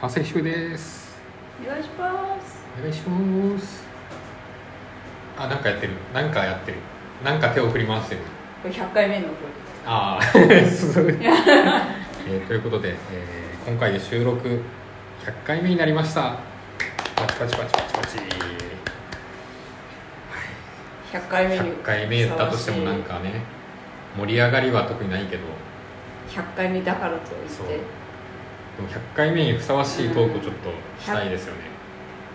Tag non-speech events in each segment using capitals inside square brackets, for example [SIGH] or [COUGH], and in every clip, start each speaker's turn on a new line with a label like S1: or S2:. S1: 長谷秀です
S2: お願いします
S1: お願いしますあなんかやってるなんかやってるなんか手を振り回してる
S2: これ100回目のこ
S1: あ [LAUGHS] あすごい、えーということで、えー今回で収録100回目になりましたパチパチパチパチパチ
S2: れ100回目に
S1: 100回目だとしてもなんかね盛り上がりは特にないけど
S2: 100回目だからと言っ
S1: そう
S2: て
S1: でも100回目にふさわしいトークをちょっとしたいですよね、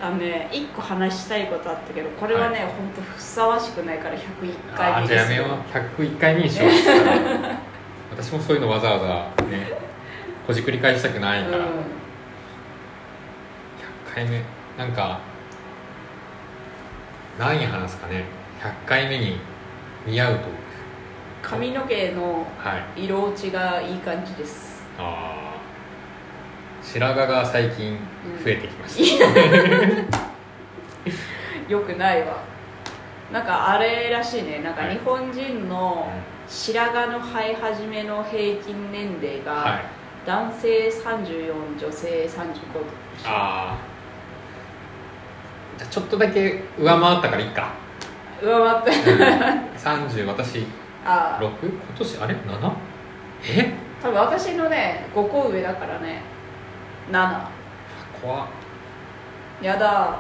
S2: あのね1個話したいことあったけどこれはね、
S1: は
S2: ほんとふさわしくないから101回
S1: あー
S2: 目
S1: じ
S2: で
S1: ゃあや
S2: す
S1: めよう
S2: よ
S1: 101回目にしよう私もそういうのわざわざねほじくり返したくないから、100回目なんか何話すかね100回目に似合うと
S2: うん、髪の毛の
S1: はい
S2: 色落ちがいい感じです
S1: あー白髪が最近増えてきました、
S2: よくないわなんかあれらしいねなんか
S1: はい
S2: 日本人の白髪の生え始めの平均年齢が、
S1: はい
S2: 男性34女性35と
S1: ああじゃあちょっとだけ上回ったからいいか
S2: 上回って
S1: [LAUGHS] 30私6
S2: ああ
S1: 今年あれ 7? え
S2: 多分私のね5個上だからね7
S1: 怖っ
S2: やだ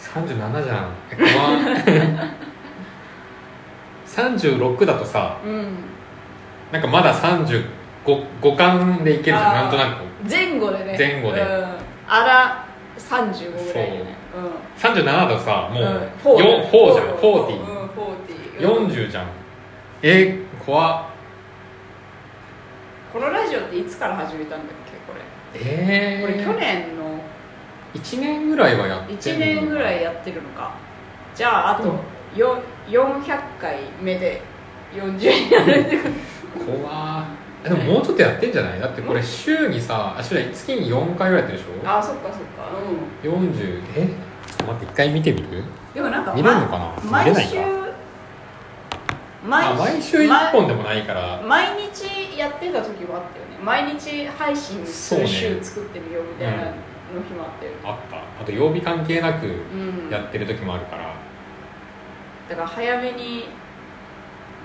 S1: 37じゃんえ怖っ [LAUGHS] 36だとさ
S2: うん
S1: なんかまだ35五感でいけるじゃんな
S2: あ
S1: ん
S2: ー
S1: となく
S2: 前後でね
S1: 前後で
S2: うん、あら35ぐらいでねう、
S1: 37だとさも
S2: ん、ん
S1: う、う4 4じゃん
S2: うん 40, うん
S1: 4040じゃんえー、怖っ
S2: このラジオっていつから始めたんだっけこれ
S1: え
S2: これ
S1: ー、
S2: 去年の
S1: 1年ぐらいはやってる
S2: 1年ぐらいやってるのかじゃああとよ400回目で40になるってこ
S1: 怖っえでももうちょっとやってんじゃないだってこれ週にさあ週に月に4回ぐらいやってるでし
S2: とあそっかそっかうん
S1: ょ40えちょっと待って一回見てみる
S2: でもなんか
S1: 見れるのかな見れ
S2: 毎
S1: ない
S2: 週
S1: か
S2: 毎
S1: あ毎週1本でもないから、
S2: ま毎日やってた時もあったよね毎日配信する週作ってみようみたいなの日もあったよね
S1: あったあと曜日関係なく
S2: うん
S1: やってる時もあるから、
S2: だから早めに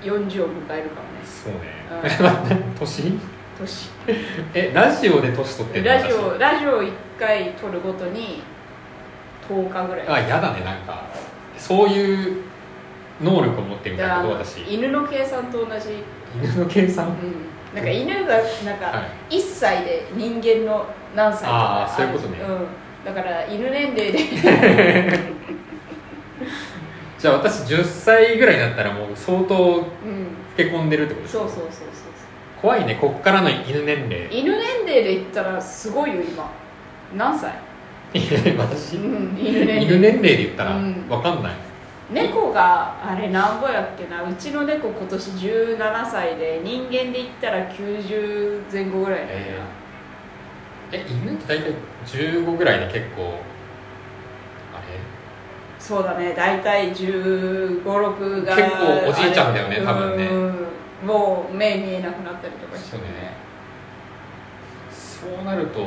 S2: 40を迎えるかもね
S1: そうね、
S2: うん
S1: [LAUGHS] 年
S2: 年
S1: えラジオで年取ってるの
S2: ラジオラジオ1回撮るごとに10日ぐらい
S1: 私あ嫌だねなんかそういう能力を持ってるみたい
S2: だ
S1: な
S2: あ
S1: こと
S2: の
S1: 私
S2: 犬の計算と同じ、うん、
S1: 犬の計算
S2: なんか犬がなんか、
S1: はい
S2: 1歳で人間の何歳とか
S1: あーそういうことね
S2: うん、だから犬年齢で
S1: じゃあ私10歳ぐらいになったらもう相当老 [LAUGHS]
S2: うん
S1: け込んでるってことです
S2: そうそうそうそう
S1: 怖いねこっからの犬年
S2: そう
S1: 齢
S2: 犬年齢で言ったらすごいよ今何歳、
S1: [LAUGHS] 私
S2: うん、犬
S1: 犬
S2: 年
S1: 年
S2: 齢
S1: 齢で言ったら
S2: うん
S1: わかんない、
S2: 猫があれなんぼやっけなうちの猫今年17歳で人間で言ったら90前後ぐらいだよな、
S1: えーえ犬って大体15ぐらいで結構あれ
S2: そうだね大体1 5 6が
S1: 結構おじいちゃんだよね
S2: あれ
S1: 多分ね
S2: うんもう目見えなくなったりとかし
S1: そ
S2: て
S1: うねそうなると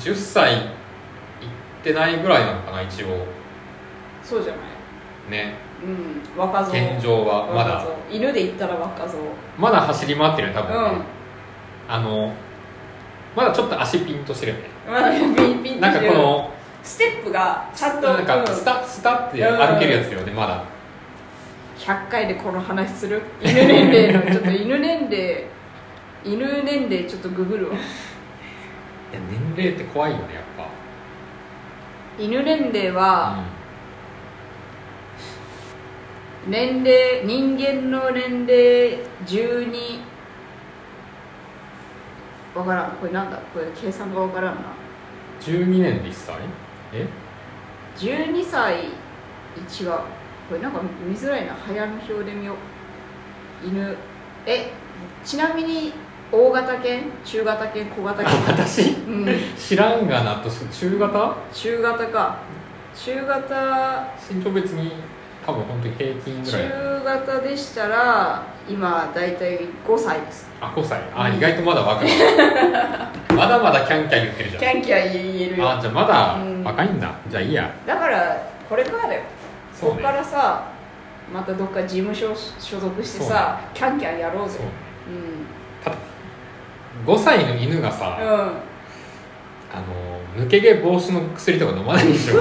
S1: 10歳いってないぐらいなのかな一応
S2: そうじゃない
S1: ね
S2: うん若造
S1: 現状はま
S2: 若
S1: だ
S2: 造犬で言ったら若造
S1: まだ走り回ってるね多分ね、
S2: うん
S1: あのまだちょっと足ピンとしてるよね
S2: まだピンピンと
S1: なんか
S2: して
S1: こ
S2: る
S1: の
S2: ステップがちゃんと
S1: なんか
S2: うん
S1: スタスタって歩けるやつよねまだ
S2: 100回でこの話する犬年齢のちょっと犬年齢犬年齢ちょっとググるわ
S1: いや年齢って怖いよねやっ
S2: 犬年齢
S1: ぱ、
S2: は年齢人間の年齢12わからんこれなんだこれ計算がわからんな
S1: 12年で1歳え
S2: 12歳1はこれなんか見づらいな早見表で見よう犬えちなみに大型犬中型犬小型
S1: あ
S2: 犬
S1: 私
S2: うん
S1: 知らんがなと中型
S2: 中型か中型
S1: 身長別に多分本当に平均ぐらい
S2: 中型でしたら今大体5歳です
S1: あ5歳あ、
S2: うん [LAUGHS]
S1: 意外とまだ若いまだまだキャンキャン言ってるじ
S2: キャンキャン言える
S1: ゃん
S2: よ
S1: あじゃあま
S2: うん
S1: だ若いんだ、じゃあいいや
S2: だからこれからだよ
S1: そ
S2: こ
S1: う
S2: っ
S1: ね
S2: からさまたどっか事務所所属してさ、キャンキャンやろうぜ
S1: そう
S2: うん
S1: 5歳の犬がさ、
S2: うん
S1: あの抜け毛防止の薬とか飲まないで
S2: [LAUGHS]
S1: しょ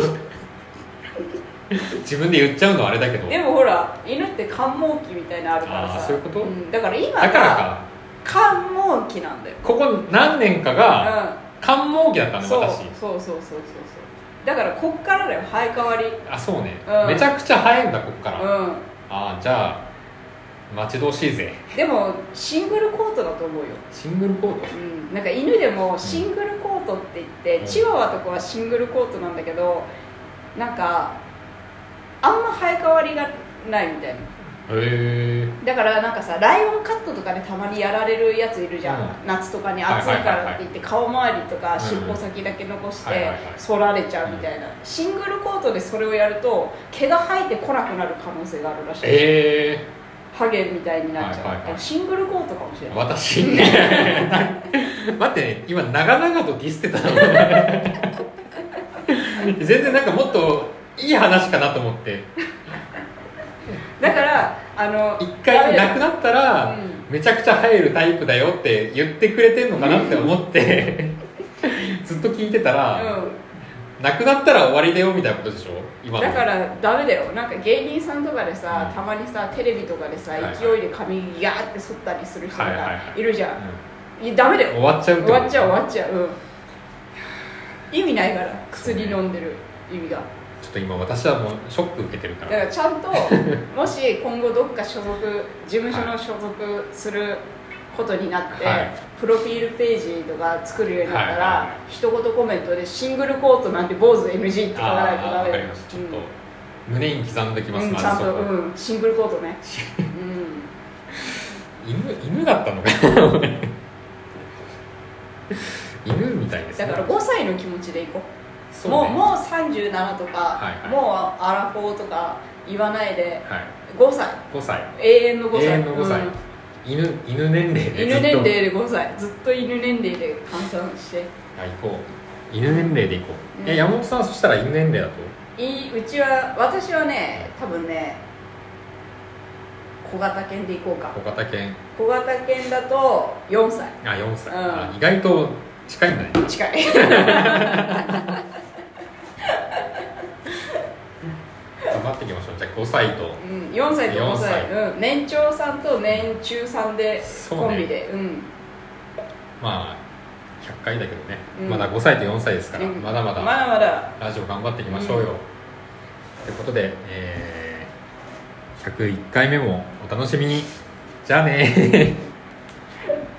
S1: 自分で言っちゃうのはあれだけど
S2: でもほら犬って感毛期みたいなのあるから
S1: あ
S2: さ
S1: ーそういうこと
S2: ん、だから今
S1: だから
S2: が
S1: か
S2: 感毛期なんだよ、
S1: ここ何年か
S2: う
S1: が
S2: ん、
S1: 感毛期だったんで
S2: そう
S1: 私
S2: そうそうそうそうそうだからこっからだよ生え変わりう
S1: あそうね、
S2: うん
S1: めちゃくちゃ早いんだこっから、あ
S2: ん
S1: あじゃあ待ち遠しいぜ
S2: でもシングルコートだと思うよ
S1: シングルコート
S2: うん、なんか犬でもシングルコートって言って、
S1: うん
S2: チワワとかはシングルコートなんだけどなんかあんま生え変わりがないみたいな
S1: へ
S2: だからなんかさライオンカットとかでたまにやられるやついるじゃん、夏とかに暑いからって言って顔周りとか尻尾先だけ残し
S1: はい
S2: て
S1: はいはい
S2: 反られちゃうみたいなシングルコートでそれをやると毛が生えてこなくなる可能性があるらしい、
S1: ええ
S2: ハゲみたいになっちゃ
S1: は
S2: う、
S1: いはいはい
S2: シングルコートかもしれ
S1: ー、
S2: ない
S1: 私
S2: [LAUGHS]
S1: 待ってね今長々とディスってたの全然なんかもっといい話かなと思って
S2: だからあの
S1: 一回なくなったら、
S2: うん
S1: めちゃくちゃ入るタイプだよって言ってくれてんのかなって思って、ずっと聞いてたら、
S2: うん
S1: なくなったら終わりだよみたいなことでしょ今の
S2: だからダメだよなんか芸人さんとかでさ、
S1: うん
S2: たまにさテレビとかでさ、
S1: はいはい
S2: 勢いで髪ガーって剃ったりする人
S1: はいはい
S2: が
S1: はい
S2: いるじゃん、
S1: う
S2: い
S1: ん
S2: やダメだ
S1: 終
S2: よ
S1: わっちゃうって
S2: 終わっちゃう終
S1: っ
S2: わっちゃう、うん、意味ないから薬飲んでる意味が
S1: ちょっと今私はもうショック受けてるか
S2: だ
S1: ら
S2: からちゃ
S1: [LAUGHS]
S2: んともし今後どっか所属事務所の所属することになって、
S1: はい
S2: プロフィールページとか作るようになった
S1: は
S2: ら、
S1: いはいはい
S2: 一言コメントで「シングルコートなんて坊主 NG」って書かないと
S1: あ
S2: ダ
S1: あ
S2: メ
S1: 分か
S2: だよ
S1: りましたちょ
S2: う
S1: っ
S2: ん
S1: と、胸に刻んできます、
S2: うん、
S1: ま
S2: ち
S1: ず
S2: ゃん
S1: そ
S2: と、
S1: こ
S2: うん、シングルコートね、
S1: [LAUGHS]
S2: うん、
S1: 犬犬だったのか [LAUGHS] 犬みたいです
S2: だ
S1: ね
S2: から5歳の気持ちでいこう
S1: そうね
S2: もうもう37とか、
S1: はいはい
S2: もうアラフォーとか言わないで
S1: はい、
S2: 5歳
S1: 5歳
S2: 永遠の5
S1: 永
S2: 歳
S1: 遠の5歳、
S2: うん
S1: 犬犬年齢でずっ
S2: 犬
S1: と
S2: 年齢で5歳ずっと犬年齢で換算して
S1: あ行こう犬年齢で行こう、
S2: うん
S1: え山本さんそしたら犬年齢だと
S2: いいうちは私はね多分ね小型犬でいこうか
S1: 小型犬
S2: 小型犬だと4歳
S1: あ4歳、
S2: うん
S1: あ意外と近いんだね
S2: 近い
S1: 頑張っていきましょうじゃあ5歳と
S2: うん、4歳と5歳
S1: 4
S2: うん、年長さんと年中さんで
S1: そうね
S2: コンビでう,、ん
S1: まあ100回だけどね、
S2: うん
S1: まだ5歳と4歳ですから、
S2: うん
S1: まだまだ
S2: まだまだ
S1: ラジオ頑張っていきましょうよ、
S2: うん
S1: ということで、えー101回目もお楽しみにじゃあねー